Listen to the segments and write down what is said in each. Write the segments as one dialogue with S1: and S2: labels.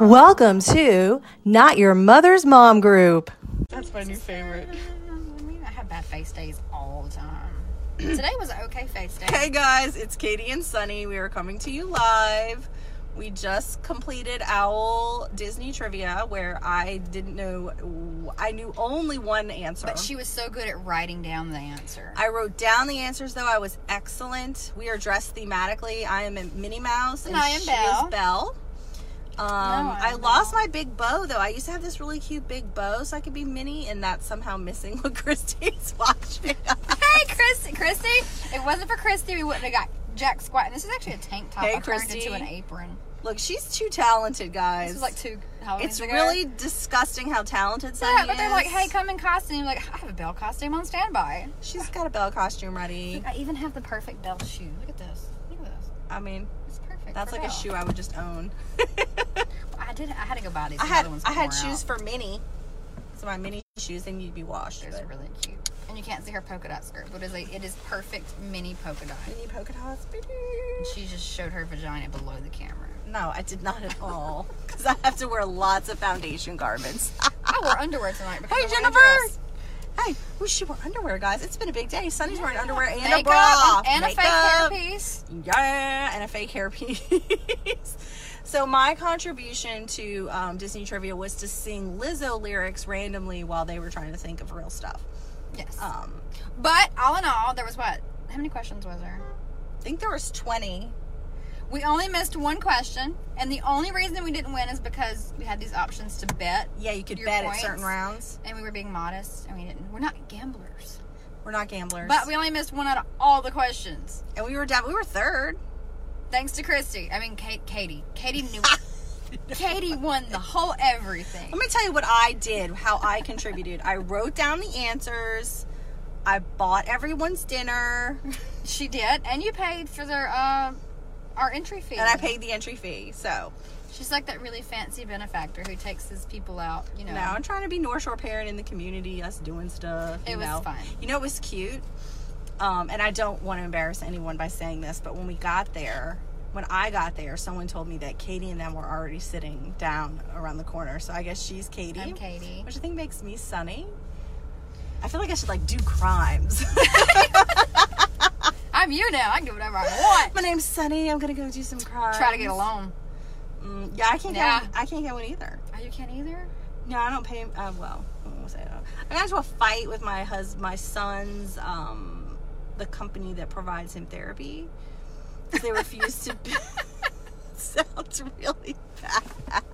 S1: Welcome to Not Your Mother's Mom Group.
S2: That's my new favorite.
S3: I have bad face days all the time. Today was an okay face day.
S2: Hey guys, it's Katie and Sunny. We are coming to you live. We just completed Owl Disney trivia where I didn't know, I knew only one answer.
S3: But she was so good at writing down the answer.
S2: I wrote down the answers though. I was excellent. We are dressed thematically. I am Minnie Mouse and,
S3: And I am
S2: she
S3: Belle.
S2: is Belle. Um,
S3: I
S2: I
S3: am
S2: lost my big bow though. I used to have this really cute big bow, so I could be Minnie, and that's somehow missing what Christine's watching.
S3: hey, Christy, Christy! If it wasn't for Christy, we wouldn't have got Jack Squat. And this is actually a tank top.
S2: Hey,
S3: I turned
S2: Christy.
S3: into an apron.
S2: Look, she's too talented, guys.
S3: This was like two Halloween
S2: It's really disgusting how talented Sunny
S3: Yeah, but they're like,
S2: is.
S3: hey, come in costume. You're Like, I have a bell costume on standby.
S2: she's got a bell costume ready.
S3: I even have the perfect bell shoe. Look at this. Look at this.
S2: I mean,
S3: It's perfect.
S2: that's
S3: for
S2: like a
S3: Belle.
S2: shoe I would just own.
S3: I did. I had to go buy these.
S2: I
S3: The
S2: had
S3: other ones
S2: I
S3: got
S2: had
S3: worn out.
S2: shoes for mini. So my mini shoes they need to be washed.
S3: It's
S2: but-
S3: really cute. And you can't see her polka dot skirt, but it's a, it is perfect mini polka dot.
S2: Mini polka dots, baby.
S3: And she just showed her vagina below the camera.
S2: No, I did not at all. Because I have to wear lots of foundation garments.
S3: I wore underwear tonight. Because
S2: hey
S3: I'm wearing a
S2: Jennifer.
S3: dress.
S2: Hey, we should wear underwear, guys. It's been a big day. Sunny's wearing underwear and a
S3: Makeup
S2: bra.
S3: and a fake
S2: Makeup.
S3: hairpiece.
S2: yeah, and a fake hairpiece. so my contribution to um, Disney trivia was to sing Lizzo lyrics randomly while they were trying to think of real stuff.
S3: Yes.
S2: Um,
S3: but all in all, there was what? How many questions was there?
S2: I think there was twenty.
S3: We only missed one question, and the only reason we didn't win is because we had these options to bet,
S2: Yeah, you could
S3: Your
S2: bet
S3: points?
S2: at certain rounds.
S3: and we were being modest, and we didn't. We're not gamblers.
S2: We're not gamblers,
S3: But we only missed one out of all the questions,
S2: and we were down. We were third.
S3: thanks to Christy. I mean, Kate, Katie. Katie knew. Katie won the whole everything.
S2: Let me tell you what I did, how I contributed. I wrote down the answers. I bought everyone's dinner,
S3: She did, and you paid for their uh, our entry fee.
S2: and I paid the entry fee. So
S3: She's like that really fancy benefactor who takes his people out. You know.
S2: No, I'm trying to be North Shore parent in the community, us doing stuff.
S3: It
S2: you
S3: was
S2: know.
S3: fun.
S2: You know, it was cute. Um, and I don't want to embarrass anyone by saying this, but when we got there, when I got there, someone told me that Katie and them were already sitting down around the corner. So I guess she's Katie,
S3: I'm Katie.
S2: which I think makes me Sunny. I feel like I should like do crimes.
S3: I'm you now. I can do whatever I want.
S2: My name's Sunny. I'm gonna go do some crimes.
S3: Try to get along.
S2: Mm, yeah, I can't.
S3: Yeah.
S2: Get one, I can't get one either.
S3: Oh, you can't either.
S2: No, I don't pay. Uh, well, I won't say I don't. I got into a fight with my hus, my son's, um, the company that provides him therapy. 'Cause They refused to. Be- sounds really bad.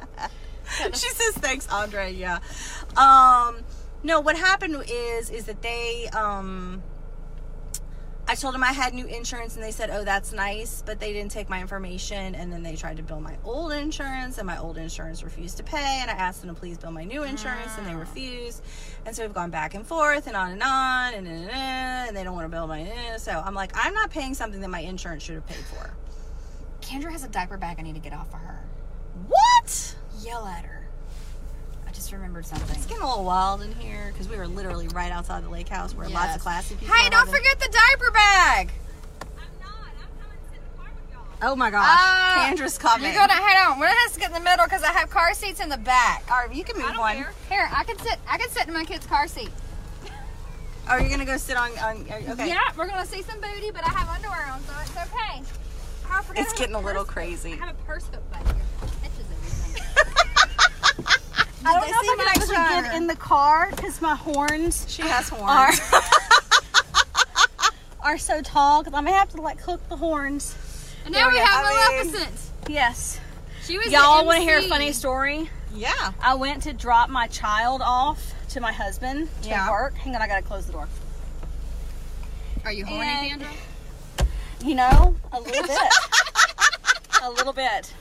S2: she says thanks, Andre. Yeah. Um, no, what happened is is that they um. I told them I had new insurance and they said, "Oh, that's nice," but they didn't take my information and then they tried to bill my old insurance and my old insurance refused to pay and I asked them to please bill my new insurance and they
S3: Ah.
S2: refused. And so we've gone back and forth and on and on and and, and, and they don't want to bill my eh, so I'm like, "I'm not paying something that my insurance should have paid for."
S3: Kendra has a diaper bag. I need to get off of her.
S2: What?
S3: Yell at her. I just remembered something.
S2: It's getting a little wild in here because we were literally right outside the lake house where lots
S3: Yes.
S2: of classy people.
S3: Hey,
S2: are
S3: don't
S2: having-
S3: forget the diaper bag.
S2: Oh my gosh,
S3: Ah,
S2: Candra's coming.
S3: You're gonna head on. We're gonna have to get in the middle because I have car seats in the back.
S2: All right, you can move one.
S3: Here, I can sit. I can sit in my kid's car seat.
S2: Oh, you're gonna go sit on. on okay.
S3: Yeah, we're gonna see some booty, but I have underwear on, so it's okay. I forgot I
S2: It's
S3: have
S2: getting a little
S3: purse- I
S2: crazy.
S3: have a purse hook back here. It catches everything.
S2: I
S3: don't know if I can actually get in
S2: the car because my horns. She has horns.
S4: are so tall because I'm gonna have to like hook the horns.
S3: And now we
S2: Yeah,
S3: have
S2: I mean-
S3: Maleficent.
S4: Yes.
S3: She was.
S4: Y'all want to hear a funny story?
S2: Yeah.
S4: I went to drop my child off to my husband to
S2: Yeah.
S4: work. Hang on, I gotta close the door.
S3: Are you horny,
S4: And-
S3: Kendra?
S4: You know, a little bit, a little bit.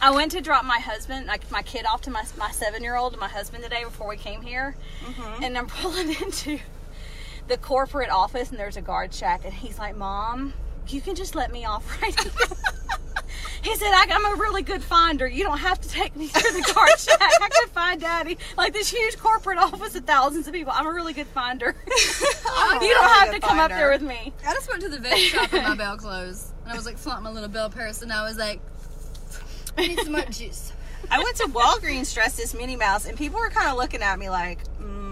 S4: I went to drop my husband, like my kid, off to my my seven year old and my husband today before we came here,
S2: Mm-hmm.
S4: and I'm pulling into the corporate office and there's a guard shack and he's like, "Mom, you can just let me off right here." He said, I, I'm a really good finder. You don't have to take me through the car shack. I can find daddy. Like this huge corporate office of thousands of people. I'm a really good finder.
S2: I'm a
S4: you don't
S2: really
S4: have to
S2: good
S4: come up
S2: finder.
S4: there with me.
S3: I just went to the vet shop in my bell clothes, and I was like flaunting my little bell purse, and I was like, "I need some more juice."
S2: I went to Walgreens dressed as Minnie Mouse, and people were kind of looking at me like,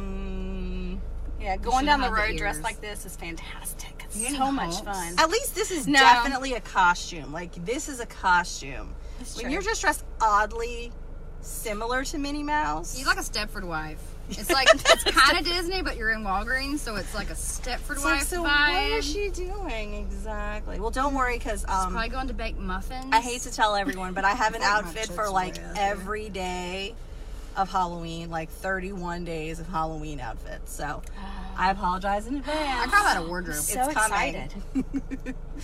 S2: mm.
S4: Yeah,
S2: should
S4: going down the
S2: have the
S4: road dressed
S2: ears.
S4: like this is fantastic. It's
S3: You need
S4: so much
S3: hoops.
S4: fun.
S2: At least this is
S4: No.
S2: definitely a costume. Like this is a costume.
S4: That's
S2: when
S4: true.
S2: you're just dressed oddly similar to Minnie Mouse,
S3: You're like a Stepford wife. It's like it's kind of Disney, but you're in Walgreens, so it's like a Stepford
S2: It's like,
S3: wife
S2: so
S3: vibe.
S2: what is she doing exactly? Well, don't worry because
S3: She's
S2: um,
S3: probably going to bake muffins.
S2: I hate to tell everyone, but I have an
S3: Like my
S2: outfit for
S3: church
S2: like
S3: wear.
S2: every day of Halloween, like 31 days of Halloween outfits. So I apologize in
S3: I
S2: advance.
S3: call that a wardrobe.
S4: so
S2: it's coming.
S4: excited.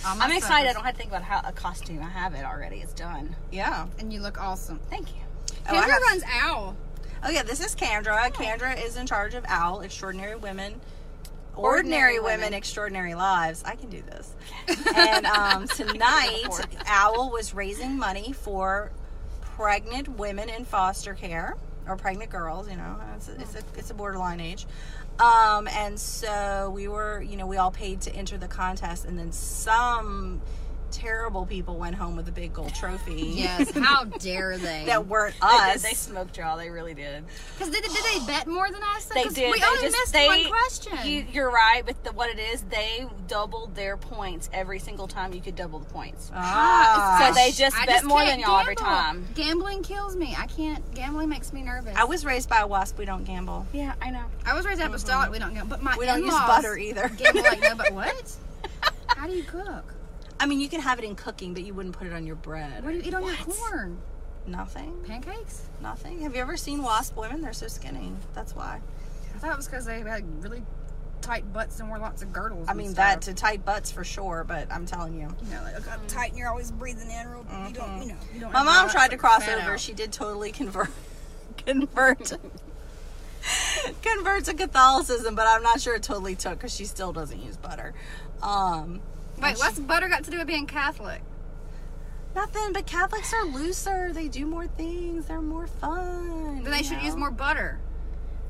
S3: All my
S4: I'm excited. I
S3: suckers.
S4: don't have to think about how a costume. I have it already. It's done.
S2: Yeah.
S3: And you look awesome.
S4: Thank you.
S2: Oh, I
S3: Kendra
S2: have-
S3: runs Owl.
S2: Oh yeah, this is Kendra. Kendra is in charge of OWL, Extraordinary Women, Ordinary,
S4: Ordinary
S2: women,
S4: Women.
S2: Extraordinary Lives. I can do this. and um, tonight, OWL was raising money for pregnant women in foster care or pregnant girls. You know, it's a, it's a,
S4: Mm.
S2: it's a borderline age. Um, and so we were, you know, we all paid to enter the contest, and then some terrible people went home with a big gold trophy.
S3: Yes. How dare they?
S2: That weren't
S4: They,
S2: us.
S4: did. they smoked y'all. They really did.
S3: Because did, did they bet more than us?
S4: They
S3: 'Cause
S4: did.
S3: We
S4: they
S3: only
S4: just,
S3: missed
S4: they,
S3: one question.
S4: You, you're right. But the, what it is, they doubled their points every single time. You could double the points.
S2: Ah.
S4: So they just
S3: I
S4: bet more
S3: can't
S4: than y'all every
S3: gamble.
S4: time.
S3: Gambling kills me. I can't. Gambling makes me nervous.
S2: I was raised by a wasp. We don't gamble.
S4: Yeah, I know.
S3: I was raised apostolic. We don't gamble, but my
S2: We don't use
S3: in-laws
S2: butter either.
S3: Gamble like no, but what? How do you cook?
S2: I mean, you can have it in cooking, but you wouldn't put it on your bread.
S3: What do you eat on your corn?
S2: Nothing.
S3: Pancakes?
S2: Nothing. Have you ever seen wasp women? They're so skinny. That's why.
S3: I thought it was because they had really tight butts and wore lots of girdles.
S2: I
S3: and
S2: mean,
S3: stuff.
S2: that to tight butts for sure, but I'm telling you.
S3: You know, like oh, God, tight, and you're always breathing in. Real, You don't, you know, you
S2: Mm-hmm.
S3: don't.
S2: My mom
S3: have lots
S2: tried to
S3: of
S2: cross
S3: fat
S2: over.
S3: out.
S2: She did totally convert. convert. convert to Catholicism, but I'm not sure it totally took because she still doesn't use butter. Um,
S3: Wait, what's butter got to do with being Catholic?
S2: nothing, but Catholics are looser. They do more things. They're more fun.
S3: Then they
S2: you
S3: should
S2: know?
S3: use more butter.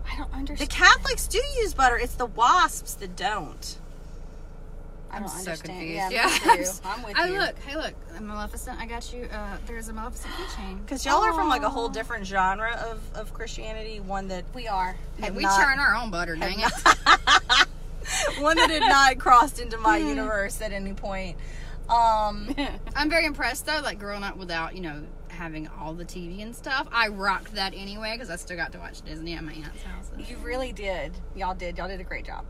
S4: I don't
S2: The
S4: understand.
S2: Catholics do use butter. It's the wasps that don't.
S4: I
S3: I'm
S4: don't
S3: so
S4: understand.
S3: confused.
S4: Yeah,
S3: Yeah.
S4: I'm with you. I'm with
S3: Oh
S4: you.
S3: look, hey look, Maleficent. I got you. Uh, there's a Maleficent keychain.
S2: Because y'all are from like a whole different genre of, of Christianity, one that
S4: We are.
S2: had
S3: we
S2: not,
S3: churn our own butter, dang it.
S2: one that had not crossed into my universe at any point. Um,
S3: I'm very impressed though, like growing up without, you know, having all the TV and stuff. I rocked that anyway because I still got to watch Disney at my aunt's house.
S4: You really did. Y'all did. Y'all did a great job.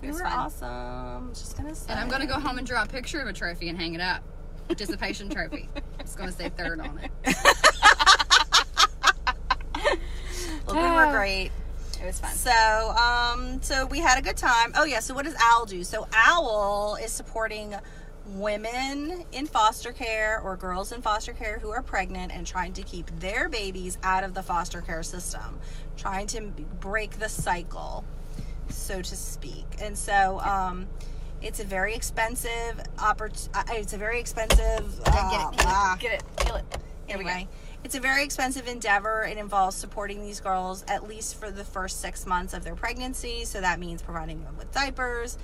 S2: we
S4: was
S2: were
S4: fun.
S2: awesome. Just gonna say.
S3: And I'm gonna go home and draw a picture of a trophy and hang it up. Participation trophy. It's gonna say third on it.
S2: Well, we were great.
S4: It was fun.
S2: So, um, so we had a good time. Oh yeah. So what does OWL do? So OWL is supporting women in foster care or girls in foster care who are pregnant and trying to keep their babies out of the foster care system, trying to m- break the cycle, so to speak. And so, um. It's a very expensive oppor- uh, It's a very expensive. uh, ah,
S4: Get it. Feel it. Here we go.
S2: anyway, it's a very expensive endeavor. It involves supporting these girls at least for the first six months of their pregnancy. So that means providing them with diapers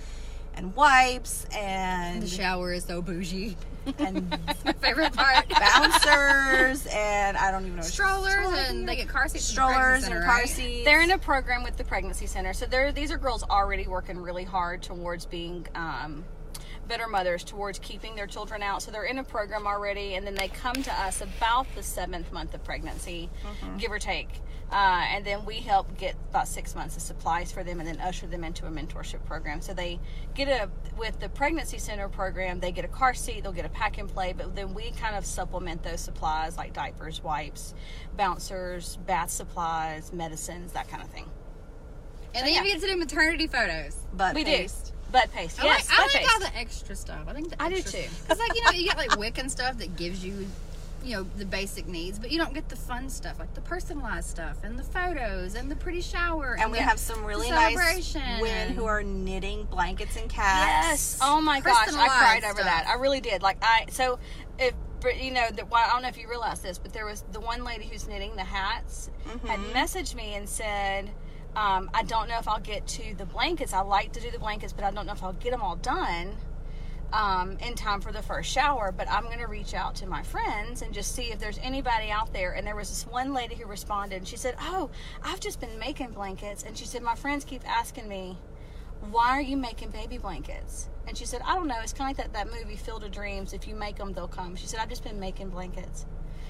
S2: and wipes
S3: The
S2: and
S3: shower is so bougie.
S2: and
S3: My favorite part.
S2: bouncers and I don't even know what she-
S3: Strollers and they get car seats. at the
S2: strollers
S3: pregnancy
S2: and
S3: center,
S2: car
S3: right?
S2: seats.
S4: They're in a program with the pregnancy center, so they're, these are girls already working really hard towards being um, better mothers, towards keeping their children out. So they're in a program already, and then they come to us about the seventh month of pregnancy, give or take, uh, and then we help get about six months of supplies for them, and then usher them into a mentorship program. So they get a with the pregnancy center program, they get a car seat, they'll get a pack and play, but then we kind of supplement those supplies like diapers, wipes, bouncers, bath supplies, medicines, that kind of thing.
S3: And then you get to do maternity photos.
S2: butt
S4: We
S2: paste.
S4: do butt paste.
S3: I
S4: Yes,
S3: like, I
S4: butt
S3: like
S4: paste.
S3: all the extra stuff. I think the
S4: I do
S3: extra
S4: too.
S3: Because like you know, you get like Wic and stuff that gives you, you know, the basic needs, but you don't get the fun stuff like the personalized stuff and the photos and the pretty shower.
S2: And we
S3: the
S2: have some really nice
S3: celebration
S2: women who
S3: and-
S2: are knitting blankets and cats.
S4: Yes. Oh my gosh, I
S3: Personalized
S4: cried over
S3: stuff.
S4: that. I really did. Like I so if but, you know the, well, I don't know if you realize this, but there was the one lady who's knitting the hats had
S3: Mm-hmm.
S4: messaged me and said. Um, I don't know if I'll get to the blankets. I like to do the blankets, but I don't know if I'll get them all done. um, in time for the first shower, but I'm going to reach out to my friends and just see if there's anybody out there. And there was this one lady who responded, and she said, Oh, I've just been making blankets. And she said, My friends keep asking me, Why are you making baby blankets? And she said, I don't know. It's kind of like that, that movie, Field of Dreams. If you make them, they'll come. She said, I've just been making blankets.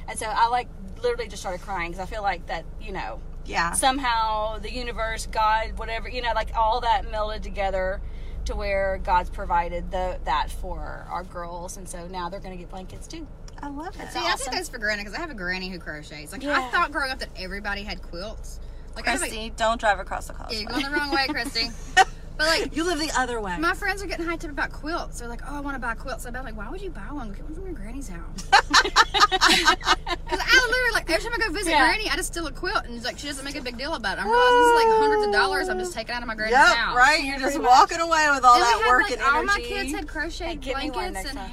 S4: And so I like literally just started crying because I feel like that, you know,
S2: Yeah.
S4: somehow the universe, God, whatever, you know, like all that melded together to where God's provided the, that for our girls. And so now they're going to get blankets too.
S2: I love it.
S3: See, I take those for granted because I have a granny who crochets. Like I
S4: Yeah.
S3: thought growing up that everybody had quilts. Like I was like,
S2: Christy, don't drive across the
S3: yeah,
S2: causeway.
S3: you're going the wrong way, Christy. But like
S2: You live the other way.
S3: my friends are getting hyped up about quilts. They're like, "Oh, I want to buy quilts." I'm like, "Why would you buy one? Get one from your granny's house." Because I literally like every time I go visit
S4: Yeah.
S3: granny, I just steal a quilt, and like she doesn't make a big deal about it. I'm realizing it's like hundreds of dollars I'm just taking out of my granny's
S2: yep,
S3: house.
S2: right. You're just walking away with all
S3: And we
S2: that
S3: had,
S2: work
S3: like,
S2: and
S3: all my
S2: energy.
S3: kids had crochet
S4: Hey, give me one
S3: blankets and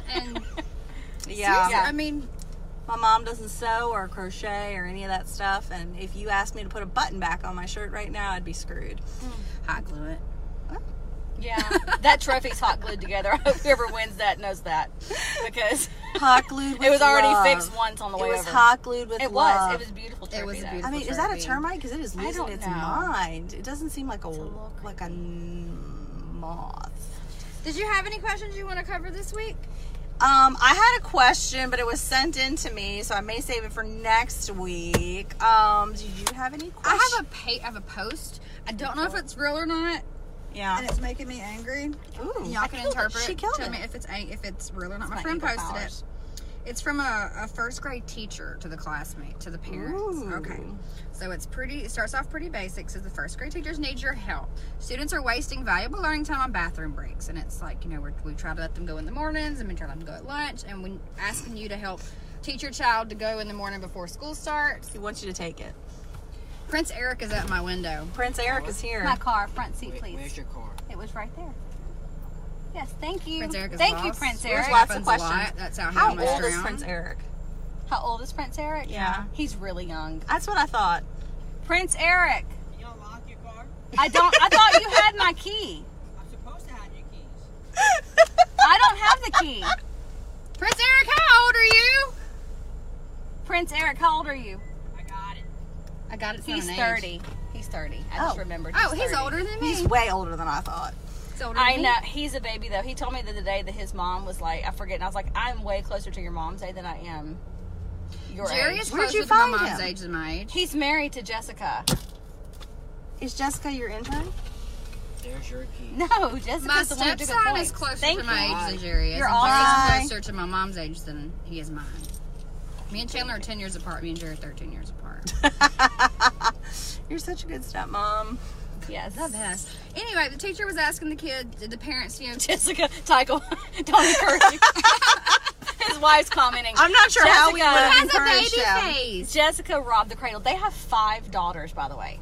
S3: hats and
S2: yeah.
S3: yeah. I mean,
S2: My mom doesn't sew or crochet or any of that stuff. And if you asked me to put a button back on my shirt right now, I'd be screwed.
S3: hot glue it.
S4: Yeah. that trophy's hot glued together. I hope whoever wins that knows that because
S2: Hot glued. With
S4: it was already
S2: love.
S4: fixed once on the
S2: It
S4: way
S2: was
S4: over.
S2: hot glued with
S4: It
S2: love.
S4: was. It was a beautiful. Trophy
S3: It was a
S4: though.
S2: I
S3: beautiful-
S2: mean, is that a
S3: trophy.
S2: termite? Because it is losing
S4: don't
S2: its
S4: know.
S2: mind. It doesn't seem like a, like a moth.
S3: Did you have any questions you want to cover this week?
S2: Um, I had a question, but it was sent in to me, so I may save it for next week. Um, did you have any
S3: I
S2: questions?
S3: have a pay. I have a post. I don't know if it's real or not,
S2: a yeah.
S3: and it's making me angry.
S2: Ooh,
S3: Y'all can interpret.
S2: She killed
S3: Tell
S2: it.
S3: me if it's ang- if it's real or not. My
S4: my
S3: friend
S4: evil
S3: posted
S4: powers.
S3: it. It's from a, a first grade teacher to the classmate to the parents.
S2: Ooh.
S3: Okay, so it's pretty. It starts off pretty basic. Says the first grade teachers need your help. Students are wasting valuable learning time on bathroom breaks, and it's like you know we're, we try to let them go in the mornings, and we try to let them go at lunch, and when asking you to help teach your child to go in the morning before school starts.
S2: He wants you to take it.
S3: Prince Eric is at my window.
S2: Prince Eric is here.
S4: My car, front seat, please.
S5: Where's your car?
S4: It was right there. Yes, thank you.
S3: Prince Eric is
S4: thank you,
S3: lost.
S4: Prince
S3: Which
S4: Eric.
S2: lots of
S3: happens a lot.
S2: questions.
S3: That's how, he
S2: How
S3: almost
S2: old is
S3: drowned.
S2: Prince Eric?
S4: How old is Prince Eric?
S2: Yeah.
S4: He's really young.
S2: That's what I thought.
S4: Prince Eric.
S5: You don't lock your car?
S4: I don't I thought you had my key.
S5: I'm supposed to have your keys.
S4: I don't have the key.
S3: Prince Eric, how old are you?
S4: Prince Eric, how old are you?
S5: I got it.
S3: I got it. from
S4: He's
S3: an age.
S4: 30. He's 30. I just
S2: Oh.
S4: remembered.
S3: Oh, he's
S4: 30.
S3: older than me.
S2: He's way older than I thought.
S3: He's older than
S4: I
S3: me.
S4: know. He's a baby though. He told me the other day that his mom was like, I forget, and I was like, I'm way closer to your mom's age than I am your
S3: Jerry
S4: age.
S3: is
S2: Where'd
S3: closer
S2: you
S3: to my
S2: find him?
S3: mom's age than my age.
S4: He's married to Jessica.
S2: Is Jessica your intern?
S5: There's your keys.
S4: No, Jessica's
S3: My
S4: the one who took the
S3: stepson is
S4: points.
S3: closer
S4: Thank
S3: to my
S4: you.
S3: age than Jerry is.
S4: You're
S3: and
S2: awesome.
S3: Jerry's closer to my mom's age than he is mine. Me and Chandler are 10 years apart. Me and Jerry are 13 years apart.
S2: You're such a good stepmom.
S4: Yes.
S3: the best. Anyway, the teacher was asking the kid, the parents, you know,
S4: Jessica, Tycho, don't encourage him. His wife's commenting.
S2: I'm not sure how we would
S4: Jessica.
S2: have
S3: has a
S2: encouraged
S3: baby
S2: him.
S3: face.
S4: Jessica robbed the cradle. They have five daughters, by the way.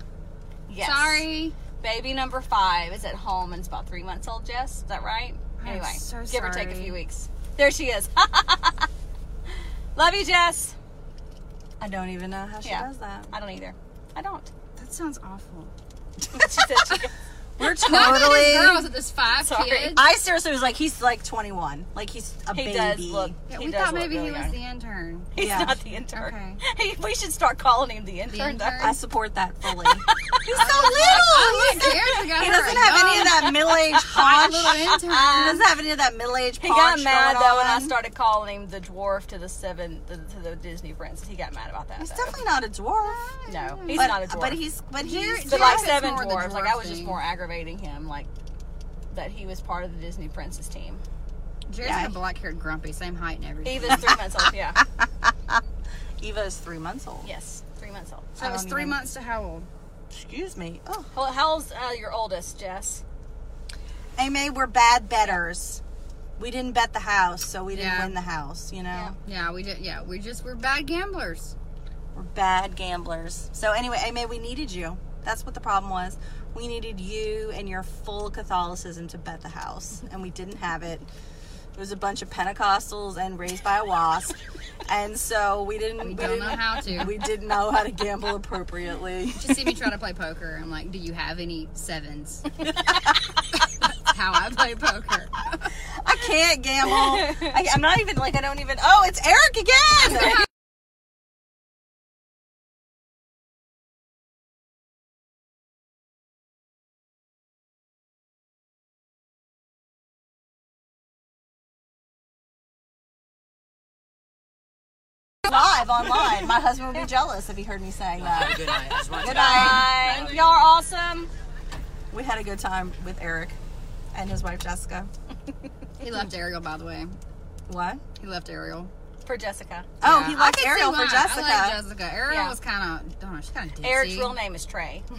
S4: Yes.
S3: Sorry.
S4: Baby number five is at home and it's about three months old, Jess. Is that right?
S3: I'm
S4: anyway,
S3: so
S4: give or take a
S3: sorry.
S4: few weeks. There she is. Love you, Jess.
S2: I don't even know how she
S4: Yeah.
S2: does that.
S4: I don't either. I don't.
S3: That sounds awful.
S4: She said she goes,
S2: We're
S3: Not that it's
S2: totally.
S3: girls, that there's five
S4: Sorry.
S3: kids.
S2: I seriously was like, he's like 21. Like he's a
S4: he
S2: baby.
S4: does look.
S3: Yeah,
S4: he
S3: we
S4: does
S3: thought
S4: look
S3: maybe
S4: really
S3: he was
S4: young.
S3: the intern.
S4: He's
S2: Yeah.
S4: not the intern.
S3: Okay.
S4: He- we should start calling him the intern. though.
S3: intern?
S2: I support that fully.
S4: He's so
S3: Oh,
S2: little.
S3: look, Jerry's got
S2: He
S3: her
S2: doesn't
S3: a
S2: have any
S3: young-
S2: of that middle age
S3: hot
S2: paunch.
S3: little
S2: He
S3: intern.
S2: doesn't have any of that middle age
S4: Um, He
S2: paunch.
S4: got mad
S2: going
S4: though when I
S2: on.
S4: started calling him the dwarf to the seven the, to the Disney princess. He got mad about that.
S2: He's
S4: though.
S2: definitely not a dwarf.
S4: no, he's
S2: but,
S4: not a dwarf.
S2: But he's but
S3: Jerry-
S2: he's
S4: but
S3: Jerry
S4: like
S3: fits
S4: seven
S3: more with the
S4: dwarves. Like
S3: dwarf
S4: I was just
S3: thing.
S4: more aggravating him, like that he was part of the Disney princess team.
S3: Jerry's
S2: Yeah.
S3: like a black haired grumpy, same height and everything.
S4: He was three months old. Yeah.
S2: Eva is three months old.
S4: Yes, three months old.
S3: so it was
S2: don't
S3: three
S2: even-
S3: months to how old?
S2: Excuse me. Oh,
S4: Well, how old's uh, your oldest, Jess?
S2: Amy, we're bad betters. We didn't bet the house, so we didn't
S3: Yeah.
S2: win the house. You know,
S4: Yeah.
S3: Yeah, we did. Yeah, we just were bad gamblers.
S2: we're bad gamblers. So anyway, Amy, we needed you. That's what the problem was. We needed you and your full Catholicism to bet the house, and we didn't have it. It was a bunch of Pentecostals and raised by a wasp, and so we didn't.
S3: We don't know
S2: didn't-
S3: how to.
S2: We didn't know how to gamble appropriately.
S3: Just see me try to play poker. I'm like, do you have any sevens? how I play poker.
S2: I can't gamble. Oh, I, I'm not even like I don't even. Oh, it's Eric again. Live online. My husband would be jealous if he heard me saying that.
S5: Good night. Just wanted to-
S2: Good night.
S4: Bye. Y'all are awesome.
S2: We had a good time with Eric and his wife Jessica.
S3: He left Ariel, by the way.
S2: What?
S3: He left Ariel.
S4: For Jessica.
S2: Oh,
S3: Yeah,
S2: he
S3: I
S2: liked
S3: can see
S2: Ariel for
S3: why.
S2: Jessica.
S3: I like Jessica. Ariel
S4: Yeah.
S3: was kind of, don't know, she's kind of ditzy.
S4: Eric's real name is Trey.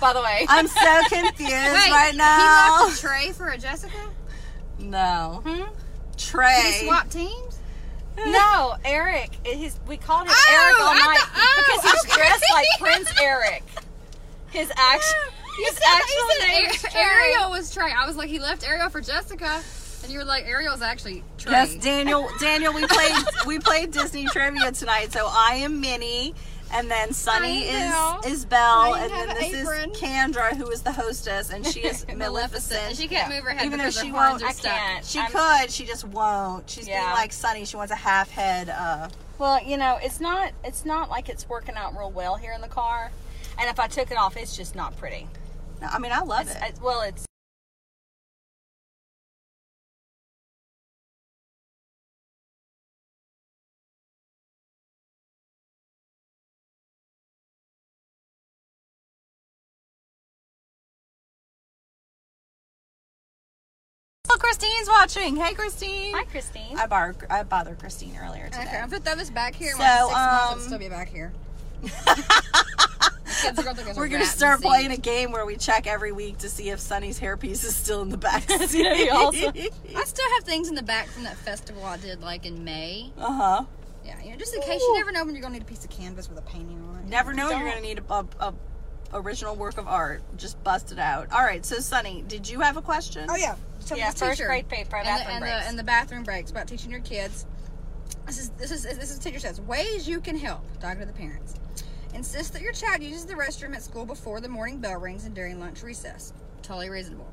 S4: By the way,
S2: I'm so confused
S3: Wait,
S2: right now.
S3: He left Trey for a Jessica?
S2: No.
S4: Hmm?
S3: He
S2: Trey.
S3: swapped teams?
S4: no, Eric. His, we called him
S3: Oh,
S4: Eric all
S3: I
S4: night
S3: thought- oh,
S4: because he's
S3: okay.
S4: dressed like Prince Eric. His action.
S3: You
S4: His
S3: said- you
S4: actual
S3: said
S4: name
S3: Ar-
S4: is Trey.
S3: Ariel was Trey. I was like, he left Ariel for Jessica. And you were like, Ariel's actually Trey.
S2: Yes, Daniel. Daniel, we played we played Disney trivia tonight. So I am Minnie, and then Sunny
S3: I
S2: is
S3: know.
S2: is Belle,
S3: I
S2: and then
S3: have
S2: this
S3: apron.
S2: is Candra, who is the hostess, and she is Maleficent.
S3: And she can't move her head
S2: Even though
S3: because
S2: she
S3: her
S2: won't-
S3: horns are
S4: I
S3: stuck.
S4: can't.
S2: She
S4: I'm-
S2: could, she just won't. She's being
S4: Yeah.
S2: like Sunny. She wants a half head. Uh,
S4: Well, you know, it's not. It's not like it's working out real well here in the car. And if I took it off, it's just not pretty.
S2: no, I mean, I love
S4: It's,
S2: it.
S4: it's- well, it's
S2: oh, Christine's watching. Hey, Christine.
S4: hi, Christine.
S2: I bar I bothered Christine earlier today.
S3: Okay, I'm gonna throw this back here.
S2: So,
S3: So, six months,
S2: um,
S3: it'll still be back here. These kids are gonna think it's a
S2: We're gonna
S3: rat in
S2: start
S3: the
S2: playing
S3: seat.
S2: a game where we check every week to see if Sunny's hairpiece is still in the back seat.
S4: gonna be awesome.
S3: I still have things in the back from that festival I did like in May.
S2: Uh huh.
S3: Yeah, you know, just in case you never know when you're gonna need a piece of canvas with a painting on it.
S2: Never know you're gonna need a, a, a original work of art. Just bust it out. All right. So Sunny, did you have a question?
S3: Oh yeah. So
S4: Yeah,
S3: this
S4: first
S3: teacher-
S4: grade paper,
S3: and
S4: bathroom
S3: the, and
S4: breaks.
S3: The, and the bathroom breaks about teaching your kids. This is this is this is teacher says ways you can help. Talking to the parents. Insist that your child uses the restroom at school before the morning bell rings and during lunch recess. Totally reasonable.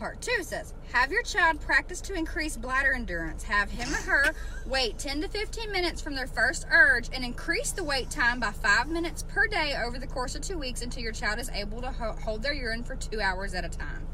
S3: Part two says, have your child practice to increase bladder endurance. Have him or her wait 10 to 15 minutes from their first urge and increase the wait time by five minutes per day over the course of two weeks until your child is able to ho- hold their urine for two hours at a time.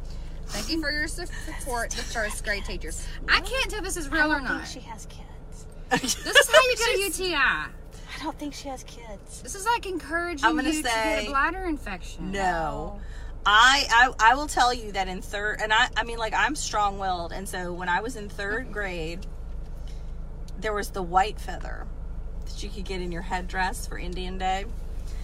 S3: Thank you for your su- support, the first grade teachers. I can't tell if this is
S4: I
S3: real or
S4: don't think
S3: not.
S4: she has kids.
S3: This is how you get a UTI.
S4: I don't think she has kids.
S3: This is like encouraging
S2: I'm gonna
S3: you to get
S2: say
S3: a bladder infection.
S2: No. I, I I will tell you that in third, and I I mean like I'm strong willed, and so when I was in
S3: Mm-hmm.
S2: third grade, there was the white feather that you could get in your headdress for Indian Day.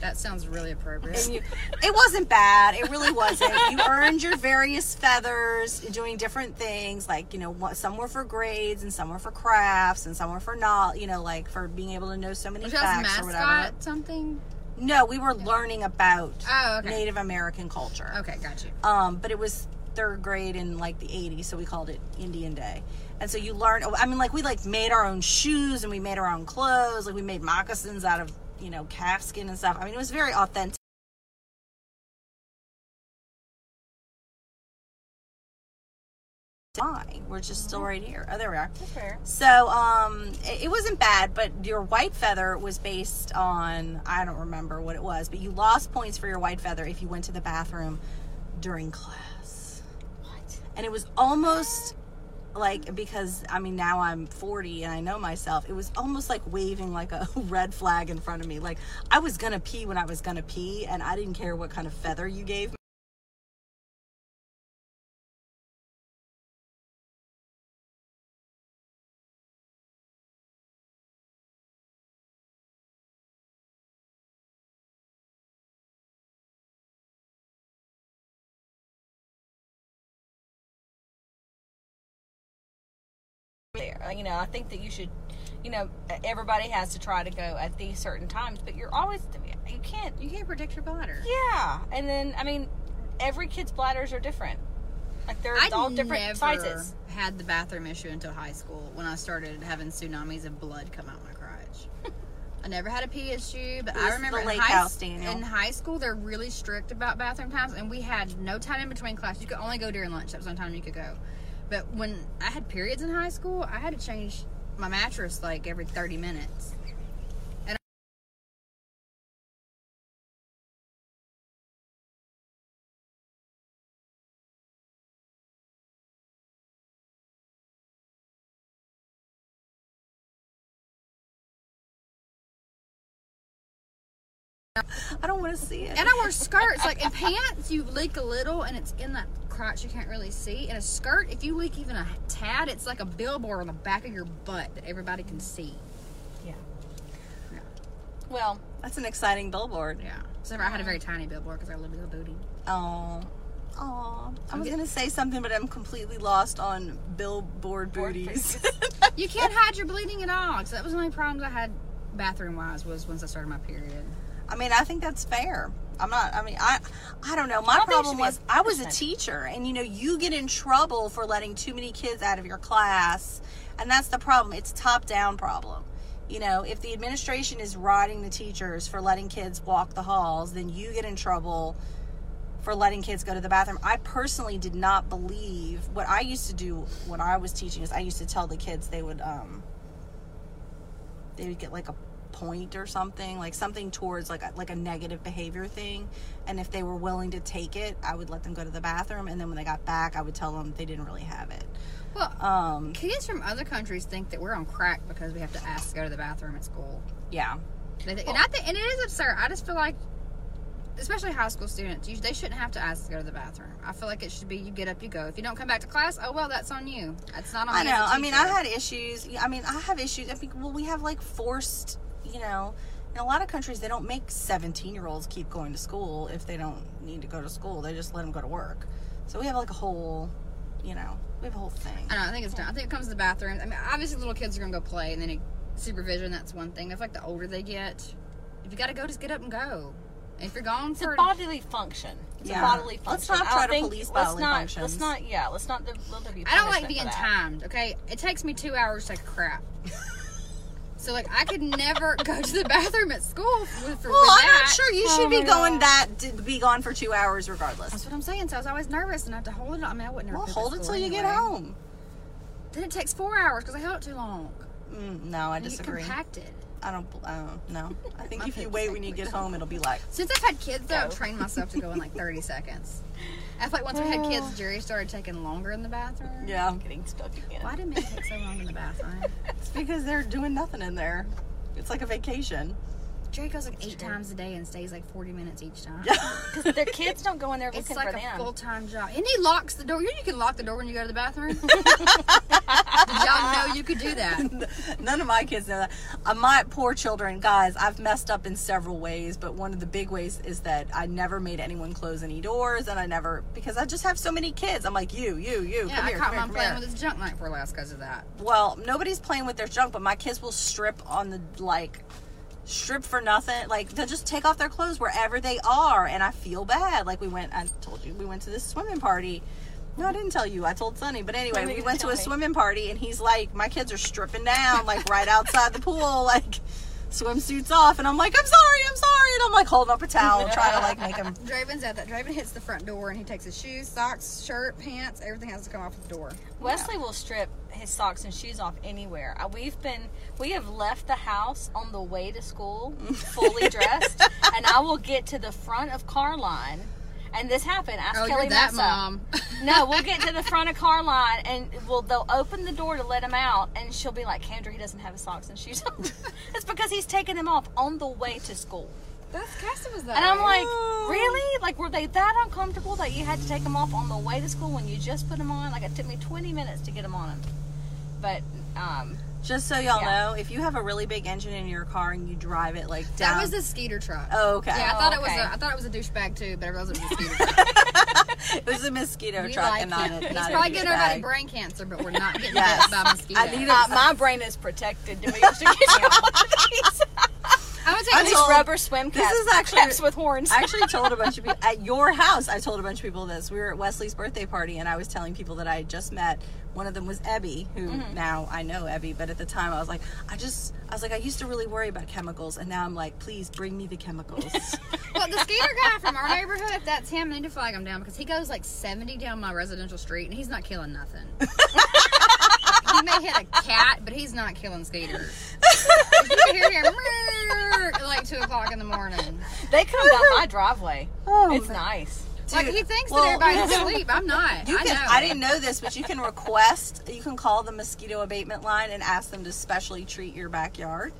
S3: That sounds really appropriate.
S2: and you, it wasn't bad. It really wasn't. You earned your various feathers doing different things, like you know, what- some were for grades and some were for crafts and some were for not, you know, like for being able to know so many
S3: Was y'all's
S2: facts or whatever.
S3: mascot something?
S2: No, we were learning about
S3: Oh, okay.
S2: Native American culture.
S3: Okay, got you.
S2: Um, but it was third grade in like the 80s, so we called it Indian Day. And so you learn. I mean, like we like made our own shoes and we made our own clothes. Like we made moccasins out of you know calf skin and stuff. I mean, it was very authentic. Why? We're just still right here. Oh, there we are.
S4: Mm-hmm. fair.
S2: So, um, it, it wasn't bad, but your white feather was based on I don't remember what it was, but you lost points for your white feather if you went to the bathroom during class.
S4: What?
S2: And it was almost like because I mean now I'm 40 and I know myself. It was almost like waving like a red flag in front of me. Like I was gonna pee when I was gonna pee, and I didn't care what kind of feather you gave me.
S4: there. You know, I think that you should, you know, e-, everybody has to try to go at these certain times, but you're always, you can't,
S3: You can't predict your bladder.
S4: yeah. And then, I mean, every kid's bladders are different. Like they're
S3: I
S4: all different
S3: never
S4: sizes.
S3: had the bathroom issue until high school when I started having tsunamis of blood come out my crotch. I never had a pee issue, but
S2: It was
S3: I
S2: the
S3: remember in
S2: lake
S3: high,
S2: house, Daniel.
S3: in high school they're really strict about bathroom times, and we had no time in between classes. You could only go during lunch. That was the only time you could go. But when I had periods in high school, I had to change my mattress like every thirty minutes.
S2: I don't want to see it.
S3: And I wear skirts, like in pants, you leak a little, and it's in that crotch you can't really see. In a skirt, if you leak even a tad, it's like a billboard on the back of your butt that everybody can see.
S4: Well,
S2: That's an exciting billboard.
S3: Yeah. Except for I had a very tiny billboard because I lived with a booty.
S2: Oh. Oh. I was going to say something, but I'm completely lost on billboard booties.
S3: You can't hide your bleeding at all. Because that was the only problems I had bathroom wise was once I started my period.
S2: I mean, I think that's fair. I'm not. I mean, I, I don't know. My
S4: think it
S2: problem
S4: should be a
S2: was I was a
S4: percent.
S2: teacher, and you know, you get in trouble for letting too many kids out of your class, and that's the problem. It's a top-down problem. You know, if the administration is riding the teachers for letting kids walk the halls, then you get in trouble for letting kids go to the bathroom. I personally did not believe what I used to do when I was teaching is I used to tell the kids they would um they would get like a point or something, like something towards like a, like a negative behavior thing, and if they were willing to take it, I would let them go to the bathroom and then when they got back, I would tell them they didn't really have it.
S3: Well,
S2: Um
S3: kids from other countries think that we're on crack because we have to ask to go to the bathroom at school.
S2: yeah.
S3: They think, and I think, and it is absurd. I just feel like, especially high school students, you, they shouldn't have to ask to go to the bathroom. I feel like it should be you get up, you go. If you don't come back to class, oh well, that's on you. That's not on
S2: I
S3: me as a
S2: know. I mean, I
S3: teacher.
S2: had issues. I mean, I have issues. I think, well, we have like forced, you know, in a lot of countries, they don't make 17 year olds keep going to school if they don't need to go to school. They just let them go to work. So we have like a whole, you know, we have a whole thing.
S3: I don't know. I think it's done. I think it comes to the bathroom. I mean, obviously, little kids are gonna go play, and then it, supervision. That's one thing. I feel like the older they get, if you gotta go, just get up and go. And if you're gone
S4: it's a
S3: for
S4: bodily function. It's
S2: Yeah.
S4: a bodily function.
S2: Let's not
S4: I don't
S2: try to
S4: think-
S2: police
S4: let's
S2: bodily
S4: not,
S2: functions.
S4: Let's not. Yeah. Let's not. Let there be
S3: I don't like
S4: punishment
S3: being
S4: for that.
S3: timed, okay? It takes me two hours to take a crap. so, like, I could never go to the bathroom at school with, for
S2: well,
S3: with
S2: I'm not
S3: that.
S2: sure you
S4: Oh
S2: should be
S4: my
S2: going that, to be gone for two hours regardless.
S3: That's what I'm saying. So I was always nervous and I have to hold it. I mean, I wouldn't.
S2: Well, hold it till you get home.
S3: Then it takes four hours because I held it too long.
S2: Mm, no, I
S3: And
S2: disagree.
S3: You get compacted.
S2: I don't, I don't know. I think
S3: My
S2: if you
S3: poop's
S2: wait
S3: like
S2: when you
S3: really
S2: get home, it'll be like,
S3: Since I've had kids, though,
S2: Oh.
S3: I've trained myself to go in like 30 seconds. I feel like once we had kids, Jerry started taking longer in the bathroom.
S2: yeah,
S4: Getting stuck again.
S3: Why do men take so long in the bathroom?
S2: it's because they're doing nothing in there. It's like a vacation.
S3: Jerry goes like eight times a day and stays like 40 minutes each time.
S4: Because their kids don't go in there
S3: It's
S4: looking
S3: like
S4: for
S3: a
S4: them.
S3: full time job. And he locks the door. You know you can lock the door when you go to the bathroom. Did y'all know you could do that?
S2: None of my kids know that. Uh, my poor children, guys, I've messed up in several ways, but one of the big ways is that I never made anyone close any doors, and I never because I just have so many kids. I'm like you, you, you.
S3: Yeah,
S2: come
S3: I
S2: here,
S3: caught
S2: come here,
S3: mom
S2: come
S3: playing
S2: here.
S3: with his junk night before last because of that.
S2: Well, nobody's playing with their junk, but my kids will strip on the like strip for nothing. Like they'll just take off their clothes wherever they are, and I feel bad. Like we went, I told you we went to this swimming party. No, I didn't tell you. I told Sonny. But anyway,
S4: No, you
S2: we
S4: didn't
S2: went to
S4: tell
S2: a
S4: me.
S2: swimming party, and he's like, "My kids are stripping down, like right outside the pool, like swimsuits off." And I'm like, "I'm sorry, I'm sorry," and I'm like holding up a towel, trying to like make him.
S3: Draven's at that. Draven hits the front door and he takes his shoes, socks, shirt, pants, everything has to come off the door.
S4: Wesley will strip his socks and shoes off anywhere. Uh, We've been, we have left the house on the way to school, fully dressed, and I will get to the front of car line. And this happened. Ask
S3: Oh,
S4: Kelly
S3: you're that
S4: Massa.
S3: mom.
S4: No, we'll get to the front of car line, and we'll they'll open the door to let him out, and she'll be like, "Kendra, he doesn't have his socks and shoes on." it's because he's taking them off on the way to school,
S3: That's Cassie was that.
S4: and I'm
S3: way.
S4: like, "Really? Like, were they that uncomfortable that you had to take them off on the way to school when you just put them on? Like, it took me 20 minutes to get them on him." But um,
S2: Just so y'all
S4: Yeah.
S2: know, if you have a really big engine in your car and you drive it like down,
S3: that was the Skeeter truck.
S2: oh, okay.
S3: Yeah, I thought it was.
S4: okay.
S3: A, I thought it was a douchebag too, but I realized it was a Skeeter truck.
S2: It was a mosquito
S3: We
S2: truck
S3: like
S2: and not
S3: him.
S2: a,
S3: He's
S2: not
S3: probably
S2: a
S3: getting everybody
S2: douchebag.
S3: brain cancer, but we're not getting
S2: Yes.
S3: bit by mosquitoes.
S2: I need
S4: uh, my brain is protected. Do we have to get you one of these?
S3: I'm gonna
S2: I
S3: take
S4: These
S3: this.
S2: told-
S4: rubber swim
S2: this
S4: caps,
S2: is actually-
S4: caps with horns.
S2: I actually told a bunch of people at your house. I told a bunch of people this. We were at Wesley's birthday party, and I was telling people that I had just met One of them was Ebby, who
S3: Mm-hmm.
S2: now I know Ebby, but at the time I was like, I just, I was like, I used to really worry about chemicals, and now I'm like, please bring me the chemicals.
S3: Well, the skater guy from our neighborhood, if that's him, I need to flag him down because he goes like 70 down my residential street and he's not killing nothing. he may hit a cat, but he's not killing skaters. you can hear him "Meow" at like 2 o'clock in the morning.
S4: They come down my driveway. it's nice.
S3: Like,
S2: Dude,
S3: he thinks
S2: well,
S3: that everybody's asleep. I'm not.
S2: You
S3: I
S2: can,
S3: know.
S2: I, didn't know this, but you can request, you can call the mosquito abatement line and ask them to specially treat your backyard,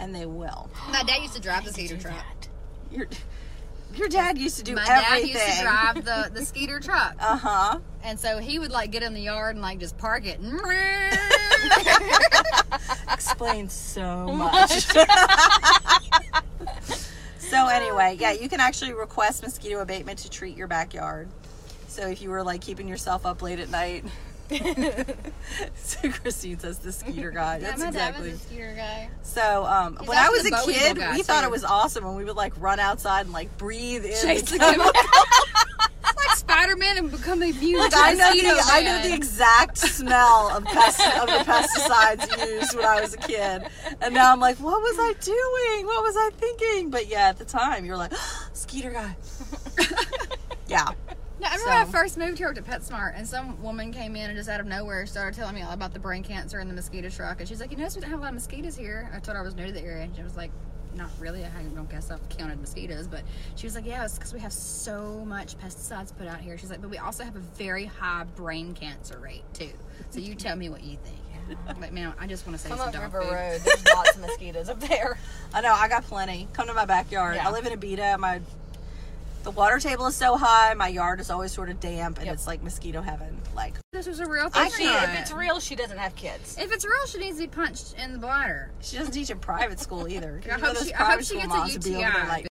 S2: and they will.
S3: My dad used to drive the skater truck.
S2: Your, your dad used to do
S3: My
S2: everything.
S3: dad used to drive the, the skeeter truck.
S2: Uh huh.
S3: And so he would like get in the yard and like just park it.
S2: Explains so much. so anyway, yeah, you can actually request mosquito abatement to treat your backyard. So if you were like keeping yourself up late at night. so Christine says the skeeter guy. That's exactly.
S3: skeeter guy.
S2: So um,
S3: He's
S2: when I
S3: also
S2: was
S3: the
S2: a
S3: Bowie
S2: kid,
S3: guy,
S2: we thought
S3: too.
S2: it was awesome when we would like run outside and like breathe in.
S3: Chase
S2: the
S3: the
S2: chemicals.
S3: Like Spider Man and become a mutant.
S2: I know
S3: mosquito
S2: the I know
S3: man.
S2: the exact smell of pest, of the pesticides used when I was a kid, and now I'm like, what was I doing? What was I thinking? But yeah, at the time you were like, skeeter guy. yeah,
S3: No, I remember
S2: So-
S3: when I first moved here I worked at PetSmart, and some woman came in and just out of nowhere started telling me all about the brain cancer and the mosquito truck. And she's like, "You notice we don't have a lot of mosquitoes here." I told her I was new to the area, and she was like, "Not really. I hadn't- don't guess I've counted mosquitoes." But she was like, "Yeah, it's because we have so much pesticides put out here." She's like, "But we also have a very high brain cancer rate too. So you tell me what you think." I'm like, man, I just want to say
S4: Come
S3: some
S4: up
S3: dog
S4: River
S3: food.
S4: Road. There's lots of mosquitoes up there.
S2: I know. I got plenty. Come to my backyard.
S4: Yeah.
S2: I live in Abita. My the water table is so high. My yard is always sort of damp, and it's like mosquito heaven. Like
S3: This was a real thing.
S4: I she, if it's real, she doesn't have kids.
S3: if it's real, she needs to be punched in the bladder.
S2: She doesn't teach in private school either.
S3: I hope she- I hope she gets a UTI